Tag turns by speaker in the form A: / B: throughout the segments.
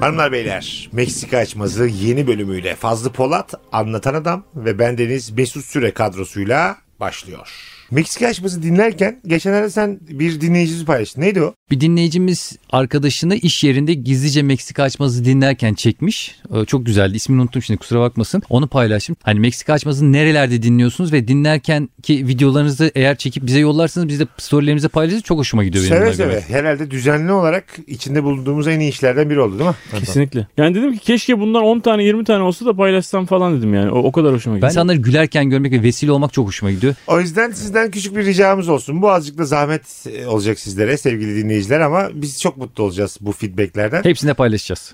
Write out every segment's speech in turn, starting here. A: Hanımlar beyler Meksika açmazı yeni bölümüyle Fazlı Polat anlatan adam ve bendeniz Mesut Süre kadrosuyla başlıyor. Meksika açması dinlerken geçenlerde sen bir dinleyicimizi paylaştın. Neydi o?
B: Bir dinleyicimiz arkadaşını iş yerinde gizlice Meksika açmazı dinlerken çekmiş. Ee, Çok güzeldi. İsmini unuttum şimdi kusura bakmasın. Onu paylaştım. Hani Meksika açmazını nerelerde dinliyorsunuz ve dinlerken ki videolarınızı eğer çekip bize yollarsanız biz de storylerimize paylaşırız. Çok hoşuma gidiyor benim.
A: Seve
B: bunlar
A: seve.
B: görmek.
A: Herhalde düzenli olarak içinde bulunduğumuz en iyi işlerden biri oldu değil mi?
C: Kesinlikle. Yani dedim ki keşke bunlar 10 tane 20 tane olsa da paylaşsam falan dedim yani. O, o kadar hoşuma gitti.
B: İnsanları gülerken görmek ve vesile olmak çok hoşuma gidiyor.
A: O yüzden sizden küçük bir ricamız olsun. Bu azıcık da zahmet e, olacak sizlere sevgili dinleyiciler ama biz çok mutlu olacağız bu feedbacklerden.
B: Hepsini de paylaşacağız.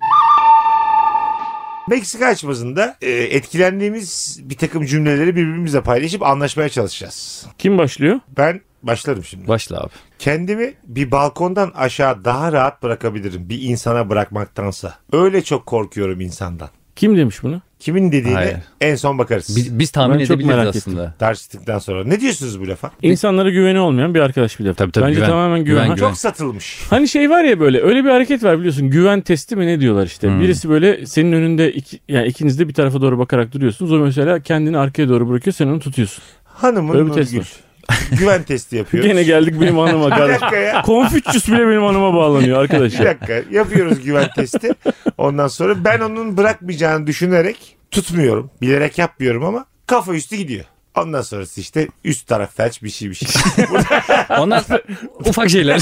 A: Meksika açmasında e, etkilendiğimiz bir takım cümleleri birbirimizle paylaşıp anlaşmaya çalışacağız.
C: Kim başlıyor?
A: Ben başlarım şimdi.
B: Başla abi.
A: Kendimi bir balkondan aşağı daha rahat bırakabilirim bir insana bırakmaktansa. Öyle çok korkuyorum insandan.
C: Kim demiş bunu?
A: Kimin dediğine
B: Hayır.
A: en son bakarız.
B: Biz, biz tahmin
C: Ben çok
B: edebiliriz
C: merak
B: aslında.
A: Tartıştıktan sonra. Ne diyorsunuz bu lafa?
C: İnsanlara güveni olmayan bir arkadaş bir defa.
B: Tabii, tabii,
C: Bence
B: güven.
C: tamamen güven.
B: Güven,
C: Ha,
B: güven.
A: Çok satılmış.
C: Hani şey var ya böyle öyle bir hareket var biliyorsun güven testi mi ne diyorlar işte. Birisi böyle senin önünde iki, yani ikiniz de bir tarafa doğru bakarak duruyorsunuz. O mesela kendini arkaya doğru bırakıyor sen onu tutuyorsun.
A: Hanımın
C: Öyle bir test
A: Nurgül.
C: var.
A: Güven testi yapıyoruz.
C: Gene geldik benim hanıma
A: bir
C: kardeş.
A: dakika ya.
C: Konfüçyüs bile benim hanıma bağlanıyor
A: Bir
C: arkadaşlar.
A: dakika. Yapıyoruz güven testi. Ondan sonra ben onun bırakmayacağını düşünerek tutmuyorum. Bilerek yapmıyorum ama kafa üstü gidiyor. Ondan sonrası işte üst taraf felç bir şey bir şey.
B: Ondan sonra ufak şeyler.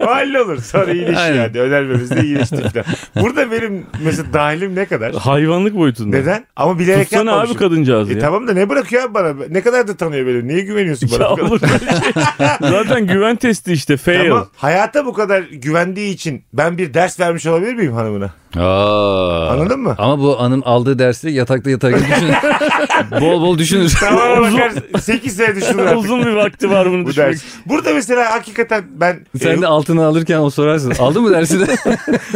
A: O hallolur. Sonra iyileşiyor
B: Aynen.
A: yani. Önermemizde iyileşti falan. Burada benim mesela dahilim ne kadar?
C: Hayvanlık boyutunda.
A: Neden? Ama bilerek
C: Tutsana abi
A: yapmamışım.
C: kadıncağız
A: E
C: ya.
A: tamam da ne bırakıyor abi bana? Ne kadar da tanıyor beni? Niye güveniyorsun bana?
C: Ya
A: bu
C: şey
A: kadar?
C: olur mu öyle şey? Zaten güven testi işte fail.
A: Tamam. Hayata bu kadar güvendiği için ben bir ders vermiş olabilir miyim hanımına?
B: Aa.
A: Anladın mı?
B: Ama bu anın aldığı dersi yatakta yatarken düşünür. bol bol düşünür.
A: Tamam bakar 8 sene düşünür artık
C: Uzun bir vakti var bunu
A: bu
C: düşünmek.
A: ders. Burada mesela hakikaten ben
B: Sen
A: e,
B: de altını alırken o sorarsın. Aldın mı dersi de?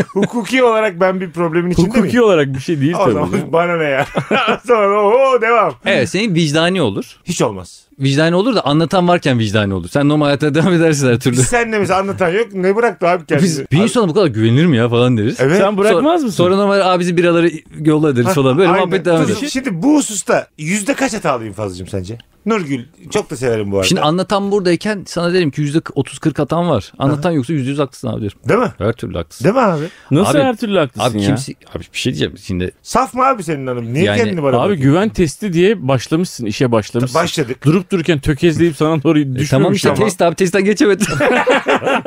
A: hukuki olarak ben bir problemin içinde
C: Hukuki
A: miyim?
C: olarak bir şey değil
A: O
C: tabii. ya.
A: zaman bana ne ya? o zaman oho, devam.
B: evet senin vicdani olur.
A: Hiç olmaz.
B: Vicdani olur da anlatan varken vicdani olur. Sen normal hayata devam edersin her türlü.
A: Biz senle mesela anlatan yok. Ne bıraktı abi kendini?
B: Biz bir insana bu kadar güvenilir mi ya falan deriz.
A: Evet.
C: Sen bırakmaz mısın?
B: Sonra normal abisi biraları yolla deriz falan. Böyle
A: Aynen.
B: muhabbet devam
A: Dur,
B: eder.
A: Şimdi bu hususta yüzde kaç hatalıyım Fazlıcığım sence? Nurgül çok da severim bu arada.
B: Şimdi anlatan buradayken sana derim ki %30-40 hatan var. Anlatan yoksa %100 haklısın abi derim.
A: Değil mi?
B: Her türlü haklısın.
A: Değil mi abi?
C: Nasıl
B: Abi-
C: her türlü haklısın
B: Abi
C: ya?
B: kimse abi bir şey diyeceğim şimdi
A: Saf mı abi senin hanım? Niye
B: Yani-
A: kendini bana
C: Abi
A: bakıyorsun?
C: güven testi diye başlamışsın, işe başlamışsın.
A: Başladık.
C: Durup dururken tökezleyip sana doğru
B: E,
C: düşmemiş
B: tamam işte
C: ama.
B: test abi testten geçemedi.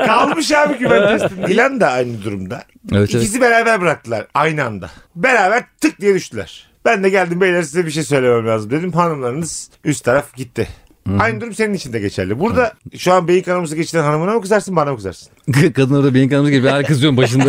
A: Kalmış abi güven testinde. İlan da aynı durumda.
B: evet, evet.
A: İkisi beraber bıraktılar aynı anda. Beraber tık diye düştüler. Ben de geldim beyler size bir şey söylemem lazım dedim. Hanımlarınız üst taraf gitti. Aynı durum senin için de geçerli. Burada şu an beyin kanaması geçiren hanımına mı kızarsın bana mı kızarsın?
B: Kadın orada beyin kanaması gibi ben hala kızıyorum başında.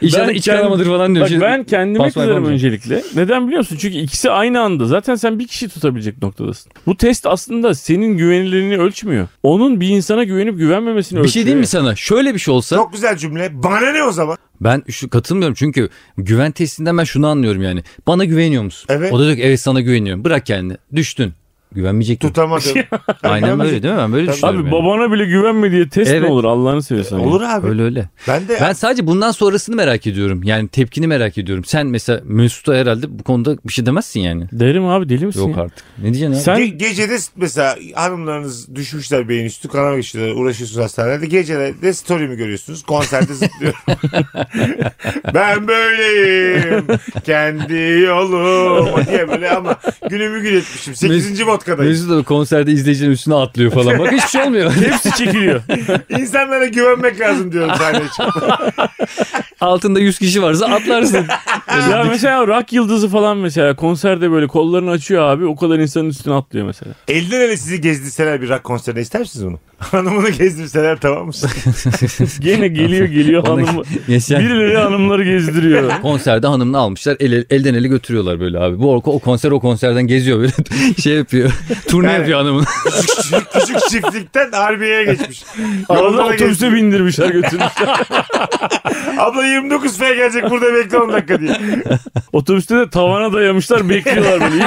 B: İnşallah
C: Ben
B: iç
C: kendim-
B: kanamadır falan diyorum.
C: Bak
B: Şimdi
C: ben kendime
B: pansuman
C: kızarım
B: yapamayacağım.
C: öncelikle. Neden biliyor musun? Çünkü ikisi aynı anda. Zaten sen bir kişi tutabilecek noktadasın. Bu test aslında senin güvenilirliğini ölçmüyor. Onun bir insana güvenip güvenmemesini
B: Bir
C: ölçüyor.
B: şey diyeyim mi sana? Şöyle bir şey olsa
A: Çok güzel cümle. Bana ne o zaman?
B: ben şu katılmıyorum çünkü güven testinden ben şunu anlıyorum yani. Bana güveniyor musun?
A: Evet.
B: O da diyor ki evet sana güveniyorum. Bırak kendini. Düştün. Güvenmeyecek mi?
A: Tutamadım.
B: Aynen böyle değil mi? Ben böyle
A: Tabii.
C: Abi
B: düşünüyorum. yani.
C: babana bile güvenme diye test mi
B: Evet.
C: olur Allah'ını seversen? ya?
A: Olur abi.
B: Öyle öyle.
A: Ben de
B: Ben sadece bundan sonrasını merak ediyorum. Yani tepkini merak ediyorum. Sen mesela Mesut'a herhalde bu konuda bir şey demezsin yani.
C: Derim abi deli misin?
B: Yok
C: ya?
B: artık. Ne diyeceksin abi?
C: Sen
A: Ge- gecede mesela hanımlarınız düşmüşler beyin üstü kanama geçiriyorlar uğraşıyorsunuz hastanede. Gecelerde story'mi görüyorsunuz konserde zıplıyorum. ben böyleyim kendi yolum diye böyle ama günümü gün etmişim. 8. vodkadayım.
B: Mesut da konserde izleyicilerin üstüne atlıyor falan. Bak hiçbir şey olmuyor.
C: hepsi çekiliyor.
A: İnsanlara güvenmek lazım diyorum sahneye çıkıp.
B: Altında 100 kişi varsa atlarsın.
C: ya mesela rock yıldızı falan mesela konserde böyle kollarını açıyor abi o kadar insanın üstüne atlıyor mesela.
A: Elden ele sizi gezdirseler bir rock konserine ister misiniz bunu? Hanımını gezdirseler tamam mısın?
C: Gene geliyor geliyor
B: Ona-
C: hanım.
B: Geçen
C: Birileri hanımları gezdiriyor.
B: konserde hanımını almışlar el, elden ele götürüyorlar böyle abi. Bu o, o konser o konserden geziyor böyle şey yapıyor. Turne
A: Yani-
B: yapıyor anamın.
A: küçük, küçük çiftlikten harbiyeye geçmiş. Yolda
C: Arada
A: da
C: otobüse bindirmişler götürmüşler.
A: gezmiş. Abla 29 F gelecek burada bekle 10 dakika diye.
C: Otobüste de tavana dayamışlar bekliyorlar böyle.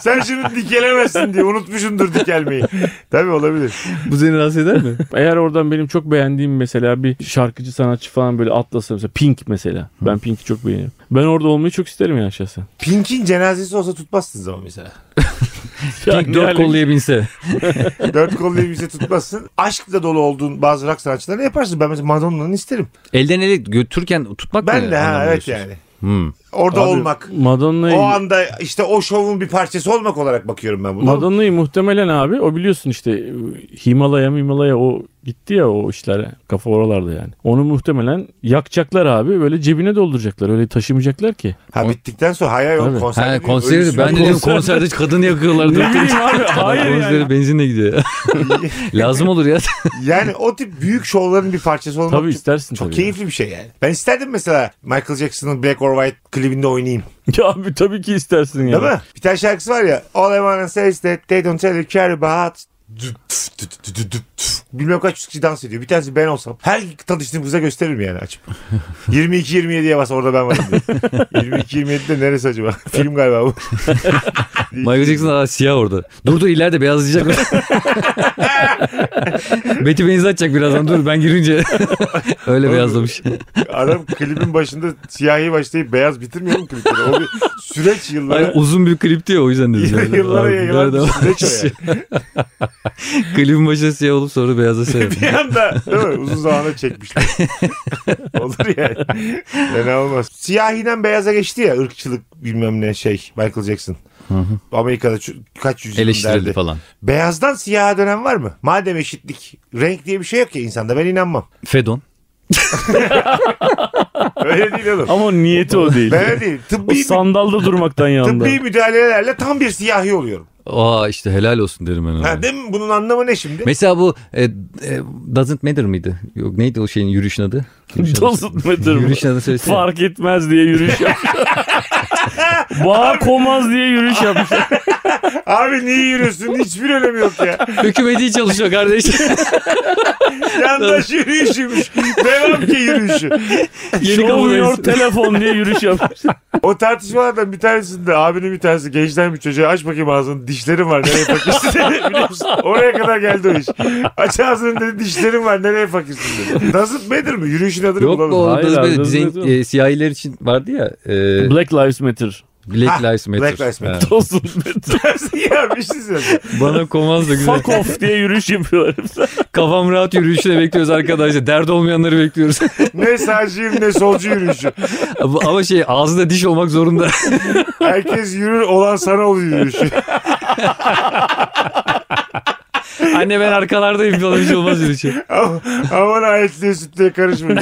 A: Sen şimdi dikelemezsin diye unutmuşundur dikelmeyi. Tabii olabilir.
B: Bu seni rahatsız eder mi?
C: Eğer oradan benim çok beğendiğim mesela bir şarkıcı sanatçı falan böyle atlasa mesela Pink mesela. Ben Pink'i çok beğeniyorum. Ben orada olmayı çok isterim yani şahsen.
A: Pink'in cenazesi olsa tutmazsınız ama mesela.
C: Yani
B: Pink dört
C: yani-
B: kolluya binse.
A: Dört kollu elbise tutmazsın. Aşkla dolu olduğun bazı rock sanatçılarını yaparsın. Ben mesela Madonna'nın isterim.
B: Elden ele götürürken tutmak mı?
A: Ben de ha
B: anlamı
A: evet
B: diyorsunuz?
A: yani.
B: Hmm.
A: Orada
C: Abi,
A: olmak.
C: Madonna'yı
A: O anda işte o şovun bir parçası olmak olarak bakıyorum ben buna.
C: Madonna'yı muhtemelen abi o biliyorsun işte Himalaya Himalaya o gitti ya o işlere kafa oralarda yani. Onu muhtemelen yakacaklar abi böyle cebine dolduracaklar öyle taşımayacaklar ki.
A: ha bittikten sonra hayal yok
C: Tabii.
A: konser.
B: Ha, konseri ben de dedim konserde kadını yakıyorlar.
C: Ne bileyim abi hayır
B: Konseri
C: yani.
B: benzinle gidiyor. Lazım olur ya.
A: Yani o tip büyük şovların bir parçası olmak
C: Tabii istersin
A: çok
C: tabii.
A: keyifli bir şey yani. Ben isterdim mesela Michael Jackson'ın Black or White klibinde oynayayım.
C: Ya abi tabii ki istersin ya.
A: Değil mi? Bir tane şarkısı var ya. All I wanna say is that they don't tell you care about. Bilmem kaç yüz kişi dans ediyor. Bir tanesi ben olsam. Her tanıştığım kıza gösteririm yani açıp. 22-27'ye bas orada ben varım diye. 22-27'de neresi acaba? Film galiba bu.
B: Michael Jackson aa, siyah orada. Dur dur ileride beyazlayacak. Betty benzi atacak birazdan dur ben girince. Öyle beyazlamış.
A: Adam klibin başında siyahi başlayıp beyaz bitirmiyor mu klipleri? O bir süreç
B: Aynen,
A: yıllara.
B: uzun bir klipti ya o yüzden dedim.
A: yıllara
B: Abi,
A: yayılan
B: nerede
A: bir
B: var?
A: süreç o yani.
B: Klibin başında siyah olup sonra beyazlaşıyor.
A: bir anda değil mi? Uzun zamanda çekmişler. Olur yani. Fena olmaz. Siyahiden beyaza geçti ya ırkçılık bilmem ne şey Michael Jackson. Amerika'da ço- kaç yüzyıl
B: Eleştirildi
A: derdi.
B: falan.
A: Beyazdan siyaha dönem var mı? Madem eşitlik, renk diye bir şey yok ya insanda ben inanmam.
B: Fedon.
A: Öyle değil oğlum.
C: Ama niyeti o değil.
A: ben öyle değil.
C: O
A: Tıbbi,
C: sandalda durmaktan yandı.
A: tıbbi müdahalelerle tam bir siyahi oluyorum.
B: Aa işte helal olsun derim ben ona.
A: Ha, değil mi? Bunun anlamı ne şimdi?
B: Mesela bu e, e, Doesn't Matter mıydı? Yok neydi o şeyin yürüyüşün adı? Yürüyüşün adı-
C: Doesn't matter mı?
B: Yürüyüşün adı söylesene.
C: Fark etmez diye yürüyüş yapmış. Bağ komaz diye yürüyüş yapmış.
A: Abi niye yürüyorsun? Hiçbir önemi yok ya.
B: Hükümet iyi çalışıyor kardeş.
A: Yandaş yürüyüşüymüş. Devam ki yürüyüşü.
B: Yeni
C: Show
B: kabul
C: your
B: ediyorsun.
C: telefon diye yürüyüş yapmış.
A: O tartışmalardan bir tanesinde abinin bir tanesi gençten bir çocuğa aç bakayım ağzını dişlerim var nereye fakirsin dedi. Biliyor musun? Oraya kadar geldi o iş. Aç ağzını dedi dişlerim var nereye fakirsin dedi. Doesn't matter mi? Yürüyüşün adını
B: Yok
A: bulalım.
B: bu o
C: Hayır
B: Doesn't
C: abi,
B: Matter.
C: Doesn't
B: Zen-
C: Matter.
B: e, siyahiler için vardı ya. e,
C: Black Lives Matter.
B: Black
A: Ha,
B: Lives Matter.
A: Black Lives Matter.
B: Ha.
C: Doesn't matter.
A: ya bir şey söyleyeyim.
B: Bana komaz da güzel.
C: Fuck off diye yürüyüş yapıyorlar.
B: Kafam rahat yürüyüşüne bekliyoruz arkadaşlar. Dert olmayanları bekliyoruz.
A: Ne sağcıyım ne solcu yürüyüşü.
B: Ama ama şey ağzında diş olmak zorunda.
A: Herkes yürür olan sana oluyor yürüyüşü.
B: Anne ben arkalardayım falan bir şey olmaz yürüyüşü.
A: Ama- Aman ayetliye sütlüye karışmayın.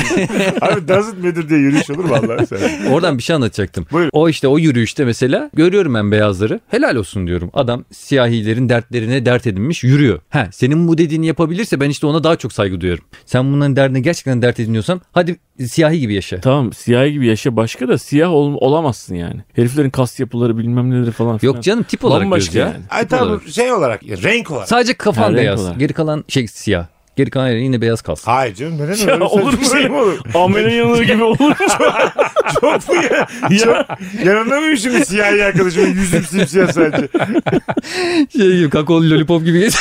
A: Abi doesn't matter diye yürüyüş olur vallahi sen.
B: Oradan bir şey anlatacaktım.
A: Buyurun.
B: O işte o yürüyüşte mesela görüyorum ben beyazları. Helal olsun diyorum. Adam siyahilerin dertlerine dert edinmiş yürüyor. He, senin bu dediğini yapabilirse ben işte ona daha çok saygı duyuyorum. Sen bunların derdine gerçekten dert ediniyorsan hadi siyahi gibi yaşa.
C: tamam siyah gibi yaşa başka da siyah ol- olamazsın yani. Heriflerin kas yapıları bilmem neleri falan filan.
B: Yok canım tip olarak
C: Bambaşka
B: göz ya.
C: yani.
A: Ay
B: Tip olarak.
A: tamam şey olarak ya, renk olarak.
B: Sadece
C: Ha,
B: kafan
C: renk
B: beyaz.
C: olarak.
B: Geri kalan şey siyah. Geri kalan yerin yine beyaz kalsın.
A: Hayır canım neden öyle?
C: Ya olur mu
A: Saçma
C: şey?
A: mi olur?
C: Amelin yanır gibi olur.
A: Çok mu ya?
C: ya,
A: Yanında mıyım şimdi siyahi arkadaşımın yüzüm simsiyah sadece.
B: Şey gibi kakaolu lollipop gibi geç.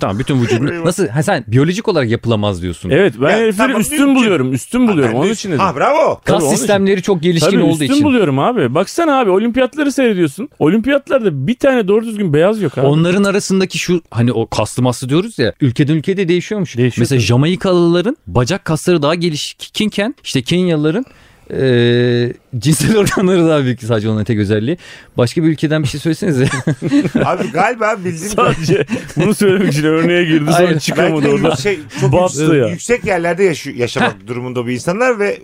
B: tamam bütün vücudunu. Nasıl? Ha, sen biyolojik olarak yapılamaz diyorsun.
C: evet ben
A: Ya,
C: herifleri
A: tamam,
C: üstün
A: mümkün.
C: buluyorum. Üstün buluyorum. Onun için dedim.
A: Ha bravo.
B: Kas
C: Tabii, onun için.
B: sistemleri çok gelişkin
C: Tabii
B: olduğu
C: üstün
B: için.
C: buluyorum abi. Baksana abi olimpiyatları seyrediyorsun. Olimpiyatlarda bir tane doğru düzgün beyaz yok abi.
B: Onların arasındaki şu hani o kaslı maslı diyoruz ya ülkeden ülkede değişiyormuş.
C: Değişiyor
B: Mesela
C: tabii.
B: Jamaikalıların bacak kasları daha gelişkinken işte Kenyalıların eee, cinsel organları daha büyük sadece onun tek özelliği. Başka bir ülkeden bir şey söylesenize.
A: Abi galiba bildiğim
C: Sadece bunu söylemek için örneğe girdi
B: Aynen.
C: sonra çıkamadı
A: Belki
C: orada.
A: Şey, çok
C: Bastı
A: yüksek,
C: ya.
A: yüksek yerlerde yaşıyor, yaşamak durumunda bu insanlar ve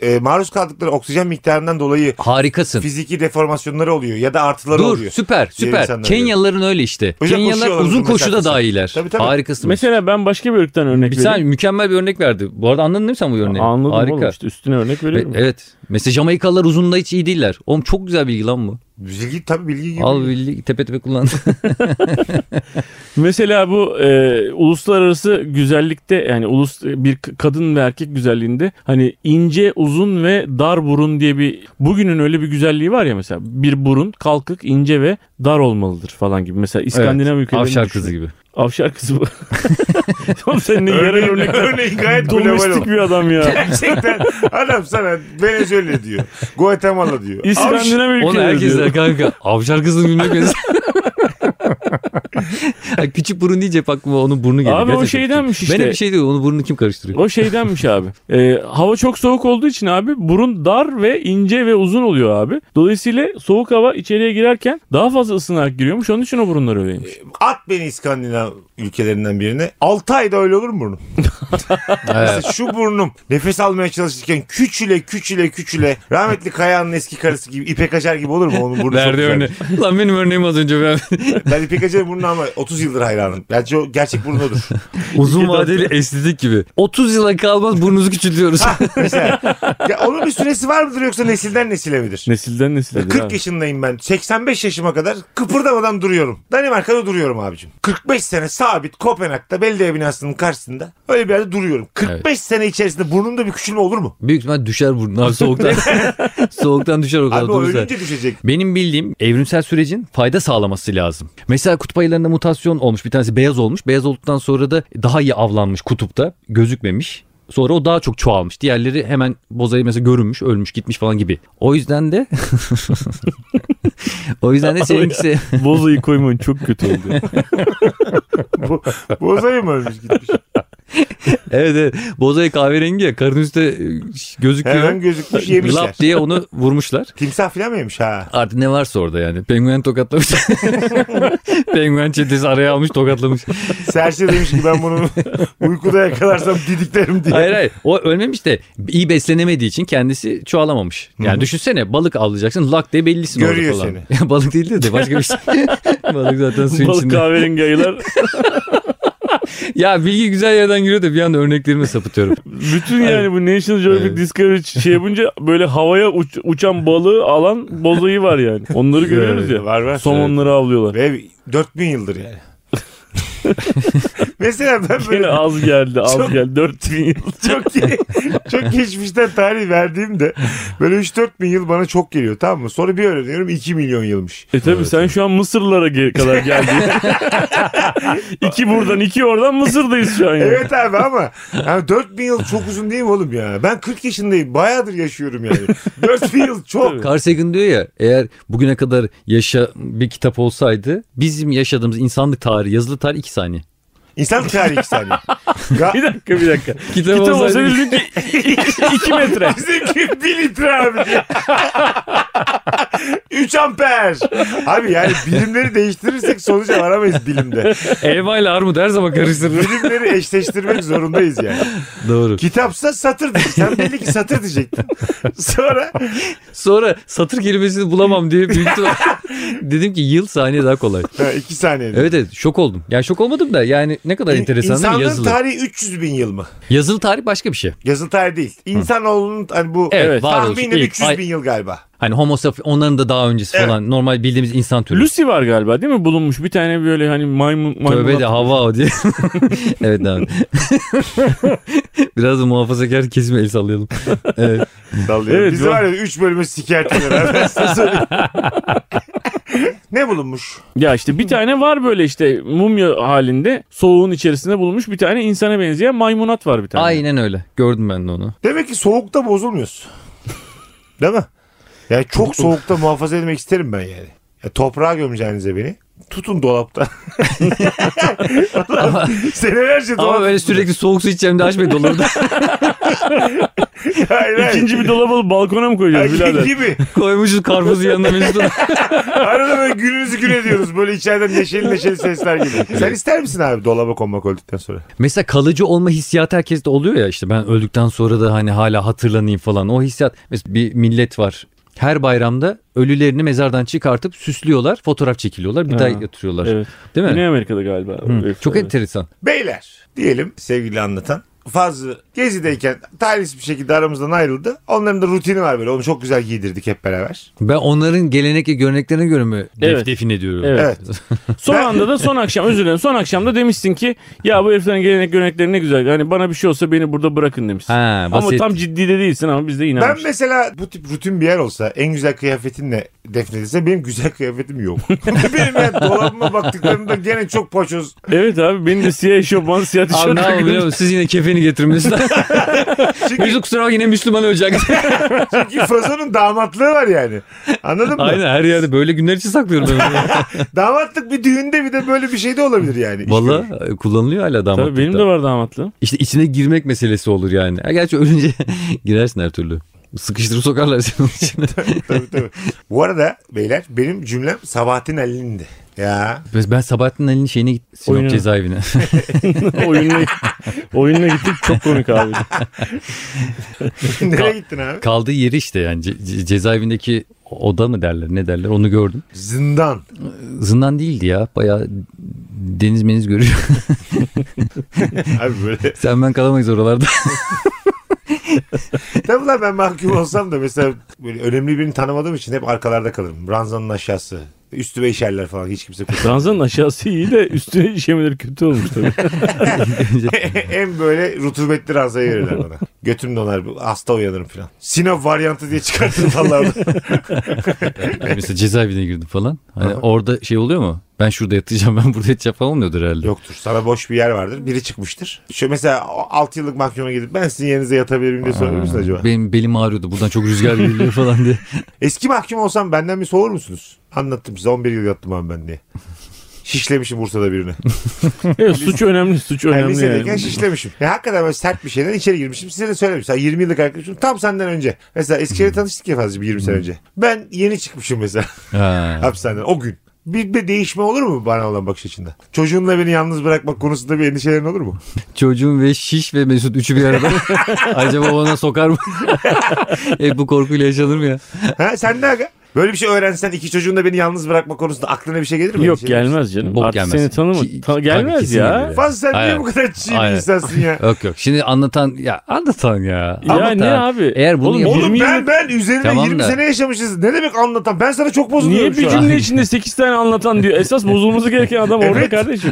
A: e, e, maruz kaldıkları oksijen miktarından dolayı
B: Harikasın.
A: fiziki deformasyonları oluyor ya da artıları
B: Dur
A: oluyor.
B: süper süper.
A: insanlar
B: Kenyalıların öyle işte.
A: O yüzden
B: Kenyalılar
A: koşuyorlar
B: uzun
A: uzun
B: koşuda
A: mesafesi.
B: daha iyiler.
A: Tabii, tabii.
B: Harikasın.
C: Mesela ben başka bir ırktan örnek
B: bir
C: vereyim.
B: sen mükemmel bir örnek verdi. Bu arada anladın değil mi sen bu örneği?
C: Anladım
B: Harika.
C: oğlum işte üstüne örnek
B: Ve-
C: veriyorum.
B: Evet Evet. Mesela Jamaikalılar uzunluğunda hiç iyi değiller. Oğlum çok güzel bilgi lan bu.
A: Bilgi tabii bilgi gibi.
B: Al bilgi tepe tepe kullan.
C: Mesela bu e, uluslararası güzellikte yani ulus bir k- kadın ve erkek güzelliğinde hani ince, uzun ve dar burun diye bir bugünün öyle bir güzelliği var ya mesela bir burun kalkık, ince ve dar olmalıdır falan gibi. Mesela İskandinav ülkelerinde
B: Avşar kızı gibi.
C: Avşar kızı bu. Oğlum sen ne yerel
A: Örneğin,
C: örnek
A: örneğin gayet global
C: domestik
A: oldu.
C: bir adam ya.
A: Gerçekten adam sana Venezuela diyor. Guatemala diyor. Avş-
C: İskandinav
B: Onu
C: ülkeleri
B: herkes
C: diyor.
B: der kanka. Avşar kızını bilmek benziyor. Ay, Küçük burun deyince hep aklıma onun burnu geliyor.
C: Abi o
B: Gerçekten.
C: şeydenmiş işte.
B: Ben hep bir şey diyor. Onun burnunu kim karıştırıyor?
C: O şeydenmiş abi. Ee, hava çok soğuk olduğu için abi burun dar ve ince ve uzun oluyor abi. Dolayısıyla soğuk hava içeriye girerken daha fazla ısınarak giriyormuş. Onun için o burunlar öyleymiş.
A: At beni İskandinav ülkelerinden birine. 6 ayda öyle olur mu burnum?
B: Evet.
A: Mesela şu burnum nefes almaya çalışırken küçüle küçüle küçüle rahmetli Kaya'nın eski karısı gibi İpek Acar gibi olur mu? Onun burnu çok
B: Verdi
A: güzel.
B: örneği. Lan benim örneğim az önce. Ben...
A: Ben İpek Acar'ın burnuna ama 30 yıldır hayranım. Gerçi o gerçek burnu odur.
B: Uzun vadeli estetik gibi. 30 yıla kalmaz burnunuzu küçültüyoruz.
A: Mesela ya onun bir süresi var mıdır yoksa nesilden nesile midir?
C: Nesilden nesile.
A: 40 yaşındayım ben. 85 yaşıma kadar kıpırdamadan duruyorum. Danimarka'da duruyorum abicim. 45 sene sabit Kopenhag'da belediye binasının karşısında öyle bir yerde duruyorum. 45 sene içerisinde burnumda bir küçülme olur mu?
B: Büyük ihtimal düşer burnu. Abi soğuktan. soğuktan düşer o kadar.
A: Abi o
B: doğru sen.
A: ölünce düşecek.
B: Benim bildiğim evrimsel sürecin fayda sağlaması lazım. Mesela kutup ayılarında mutasyon olmuş. Bir tanesi beyaz olmuş. Beyaz olduktan sonra da daha iyi avlanmış kutupta. Gözükmemiş. Sonra o daha çok çoğalmış. Diğerleri hemen bozayı mesela görünmüş, ölmüş, gitmiş falan gibi. O yüzden de O yüzden de seninkisi
C: Bozayı koymayın çok kötü oldu.
A: Bu, bozayı mı ölmüş gitmiş?
B: evet, evet bozayı kahverengi ya karın üstte e, gözüküyor.
A: Hemen gözükmüş yemişler.
B: Lap diye onu vurmuşlar.
A: Timsah filan mı yemiş ha?
B: Artık ne varsa orada yani. Penguen tokatlamış. Penguen çetesi araya almış tokatlamış.
A: Serçe demiş ki ben bunu uykuda yakalarsam didiklerim diye.
B: Hayır hayır o ölmemiş de iyi beslenemediği için kendisi çoğalamamış. Yani düşünsene balık avlayacaksın lak diye bellisin
A: Görüyor
B: orada falan. Seni. balık değil de başka bir şey. balık zaten suyun
C: Balık
B: içinde.
C: kahverengi ayılar
B: Ya bilgi güzel yerden giriyor da bir anda örneklerimi sapıtıyorum.
C: bütün yani bu National Geographic
B: Evet.
C: Discovery şey yapınca böyle havaya uç- uçan balığı alan bozayı var yani. Onları görüyoruz ya.
A: Var var.
C: Somonları avlıyorlar.
A: Ve 4000 yıldır yani. Mesela ben böyle
C: Yine az geldi az
A: Çok-
C: geldi. 4000 yıl.
A: çok ge- çok geçmişten tarih verdiğimde böyle 3-4 bin yıl bana çok geliyor tamam mı? Sonra bir öğreniyorum 2 milyon yılmış.
C: E tabi sen şu an Mısırlara ge- kadar geldin. iki buradan iki oradan Mısır'dayız şu an ya.
A: Evet abi ama yani 4 bin yıl çok uzun değil mi oğlum ya? Ben 40 yaşındayım bayağıdır yaşıyorum yani. 4 bin yıl çok.
B: Carl Sagan diyor ya eğer bugüne kadar yaşa bir kitap olsaydı bizim yaşadığımız insanlık tarihi yazılı tarih 2 saniye.
A: İnsan tarihi 2 saniye.
C: Bir
A: Ga-
C: dakika bir dakika.
B: Kitap,
C: Kitap olsaydı bizimki iki metre.
A: Bizimki 1 litre abi diye. 3 amper. Abi yani bilimleri değiştirirsek sonuca varamayız bilimde.
B: elma ile armut her zaman karıştırır.
A: Bilimleri eşleştirmek zorundayız yani.
B: Doğru.
A: Kitapsa satır diyecektin. Sen belli ki satır diyecektin. Sonra
B: Sonra satır kelimesini bulamam diye büyük ihtimal- dedim ki yıl saniye daha kolay.
A: ha, iki saniye.
B: Evet evet şok oldum. Yani şok olmadım da yani ne kadar enteresan değil mi?
A: İnsanlığın
B: yazılı.
A: tarihi 300 bin yıl mı?
B: yazılı tarih başka bir şey.
A: Yazılı tarih değil. İnsanoğlunun hani bu
B: Evet, varoluş,
A: tahminen
B: ilk,
A: 300
B: ay-
A: bin yıl galiba.
B: Hani homo sapiens onların da daha öncesi
A: şey. Evet.
B: falan normal bildiğimiz insan türü.
C: Lucy var galiba değil mi? Bulunmuş bir tane böyle hani maymun maymun.
B: Tövbe de hava o diye. evet abi. Biraz da muhafazakar kesime el sallayalım. Evet.
A: Dalıyor.
C: Evet,
A: Bizi
C: doğru.
A: var ya 3 bölüme sikertiler. Ben size söyleyeyim. ne bulunmuş?
C: Ya işte bir tane var böyle işte mumya halinde soğuğun içerisinde bulunmuş bir tane insana benzeyen maymunat var bir tane.
B: Aynen öyle. Gördüm ben de onu.
A: Demek ki soğukta bozulmuyorsun. Değil mi? Yani çok soğukta muhafaza etmek isterim ben yani. Ya toprağa gömeceğinize beni. Tutun dolapta. Ulan Senelerce dolapta.
B: Ama böyle sürekli soğuk su içeceğim de açmayı dolabı da
A: Hayır, hayır.
C: İkinci bir dolabı alıp balkona mı koyacağız
A: Erkek
C: birader?
A: gibi.
B: koymuşuz karpuzu yanına mesut.
A: Arada böyle gününüzü gün ediyoruz. Böyle içeriden neşeli neşeli sesler gibi. Sen ister misin abi dolaba konmak öldükten sonra?
B: Mesela kalıcı olma hissiyatı herkeste oluyor ya işte ben öldükten sonra da hani hala hatırlanayım falan o hissiyat. Mesela bir millet var her bayramda ölülerini mezardan çıkartıp süslüyorlar fotoğraf çekiliyorlar bir
C: Ha,
B: daha yatırıyorlar
C: Evet.
B: değil mi?
C: Güney Amerika'da galiba.
B: Hı, Çok enteresan.
A: Beyler diyelim sevgili anlatan Fazlı gezideyken talihsiz bir şekilde aramızdan ayrıldı. Onların da rutini var böyle. Onu çok güzel giydirdik hep beraber.
B: Ben onların gelenek ve göreneklerine göre mi def-
C: Evet.
B: defin ediyorum?
C: Evet. Son anda da son akşam özür dilerim son akşamda demişsin ki ya bu heriflerin gelenek görenekleri ne güzel. Hani bana bir şey olsa beni burada bırakın demişsin.
B: Ha,
C: ama
B: basit.
C: tam ciddi de değilsin ama biz de
A: Ben
C: inanmıştık.
A: mesela bu tip rutin bir yer olsa en güzel kıyafetinle defnedilse benim güzel kıyafetim yok. benim yani dolabıma baktıklarımda gene çok poşoz.
C: Evet abi benim de siyah eşofman siyah
B: Abi
C: tişört.
B: ne yapalım biliyor musun? Siz yine kefeni getirmişsiniz.
A: Çünkü,
B: Yüzü kusura bakma yine Müslüman ölecek.
A: çünkü Frozo'nun damatlığı var yani. Anladın mı?
B: Aynen her yerde böyle günler için saklıyorum ben. bunu.
A: Damatlık bir düğünde bir de böyle bir şey de olabilir yani. İşte
B: Valla e, kullanılıyor hala damatlıkta.
C: Tabii benim de var damatlığım.
B: İşte içine girmek meselesi olur yani. Ha, Gerçi ölünce girersin her türlü. Sıkıştırıp sokarlar seni onun içine.
A: tabii, tabii. Bu arada beyler benim cümlem Sabahattin Ali'ndi. Ya
B: Biz- ben Sabahattin Ali'nin şeyine gittim. Sinop
C: Oyunu.
B: cezaevine.
C: oyunla, oyunla gittik çok komik abi.
A: nereye gittin abi?
B: Kaldığı yeri işte yani ce- ce- cezaevindeki oda mı derler ne derler onu gördüm.
A: Zindan.
B: Zindan değildi ya bayağı deniz meniz görüyor.
A: Abi böyle.
B: Sen ben kalamayız oralarda.
A: Tabii lan ben mahkum olsam da mesela böyle önemli birini tanımadığım için hep arkalarda kalırım. Ranzanın aşağısı. Üstüme işerler falan hiç kimse kusura.
C: Ranzanın aşağısı iyi de üstüne işemeleri kötü olmuş tabii.
A: en böyle rutubetli ranzaya verirler bana. Götüm donar hasta uyanırım falan. Sinop varyantı diye çıkartırım vallahi.
B: Mesela cezaevine girdim falan. Hani orada şey oluyor mu? Ben şurada yatacağım ben burada yatacağım falan olmuyordur herhalde.
A: Yoktur. Sana boş bir yer vardır. Biri çıkmıştır. Şu mesela 6 yıllık mahkuma gidip ben sizin yerinize yatabilir miyim diye sorabilir misin acaba?
B: Benim belim ağrıyordu buradan çok rüzgar geliyor falan diye.
A: Eski mahkum olsam benden bir soğur musunuz? Anlattım size 11 yıl yattım abi ben diye. Şişlemişim Bursa'da birine.
C: Evet, suç önemli suç
A: Yani
C: önemli
A: lisedeyken
C: yani.
A: şişlemişim. Ya hakikaten böyle sert bir şeyden içeri girmişim. Size de söylemişim. Mesela 20 yıllık arkadaşım tam senden önce. Mesela Eskişehir'de tanıştık ya fazla bir 20 sene önce. Ben yeni çıkmışım mesela
B: Ha.
A: hapishaneden o gün. Bir, bir değişme olur mu bana olan bakış açında? Çocuğunla beni yalnız bırakmak konusunda bir endişelerin olur mu?
B: Çocuğum ve şiş ve Mesut üçü bir arada. Acaba ona sokar mı? Hep bu korkuyla yaşanır mı ya?
A: ha, sen de aga. Böyle bir şey öğrensen iki çocuğun da beni yalnız bırakma konusunda aklına bir şey gelir mi?
C: Yok
A: Endişelerin-
C: gelmez canım.
B: Bok
C: Artık
B: gelmez.
C: seni tanıma.
B: Ki-
C: Ta-
B: tabii
C: gelmez
B: kesin gelir
C: ya.
B: ya.
A: Fazla sen niye
B: Aynen.
A: bu kadar çiğ bir
B: Aynen.
A: insansın ya?
B: Yok yok. Şimdi anlatan ya anlatan ya.
C: Ya
B: Anlatan.
C: ne abi?
B: Eğer bunu
C: Oğlum
B: yap-
C: yirmi
A: Oğlum ben
C: yıllık-
A: ben üzerine
B: Tamam
A: 20
B: da.
A: sene yaşamışız. Ne demek anlatan? Ben sana çok
C: Niye
A: bozuluyorum
C: bir
A: şu an.
C: cümle içinde 8 tane anlatan diyor. Esas bozulması gereken adam orada
A: Evet.
C: kardeşim.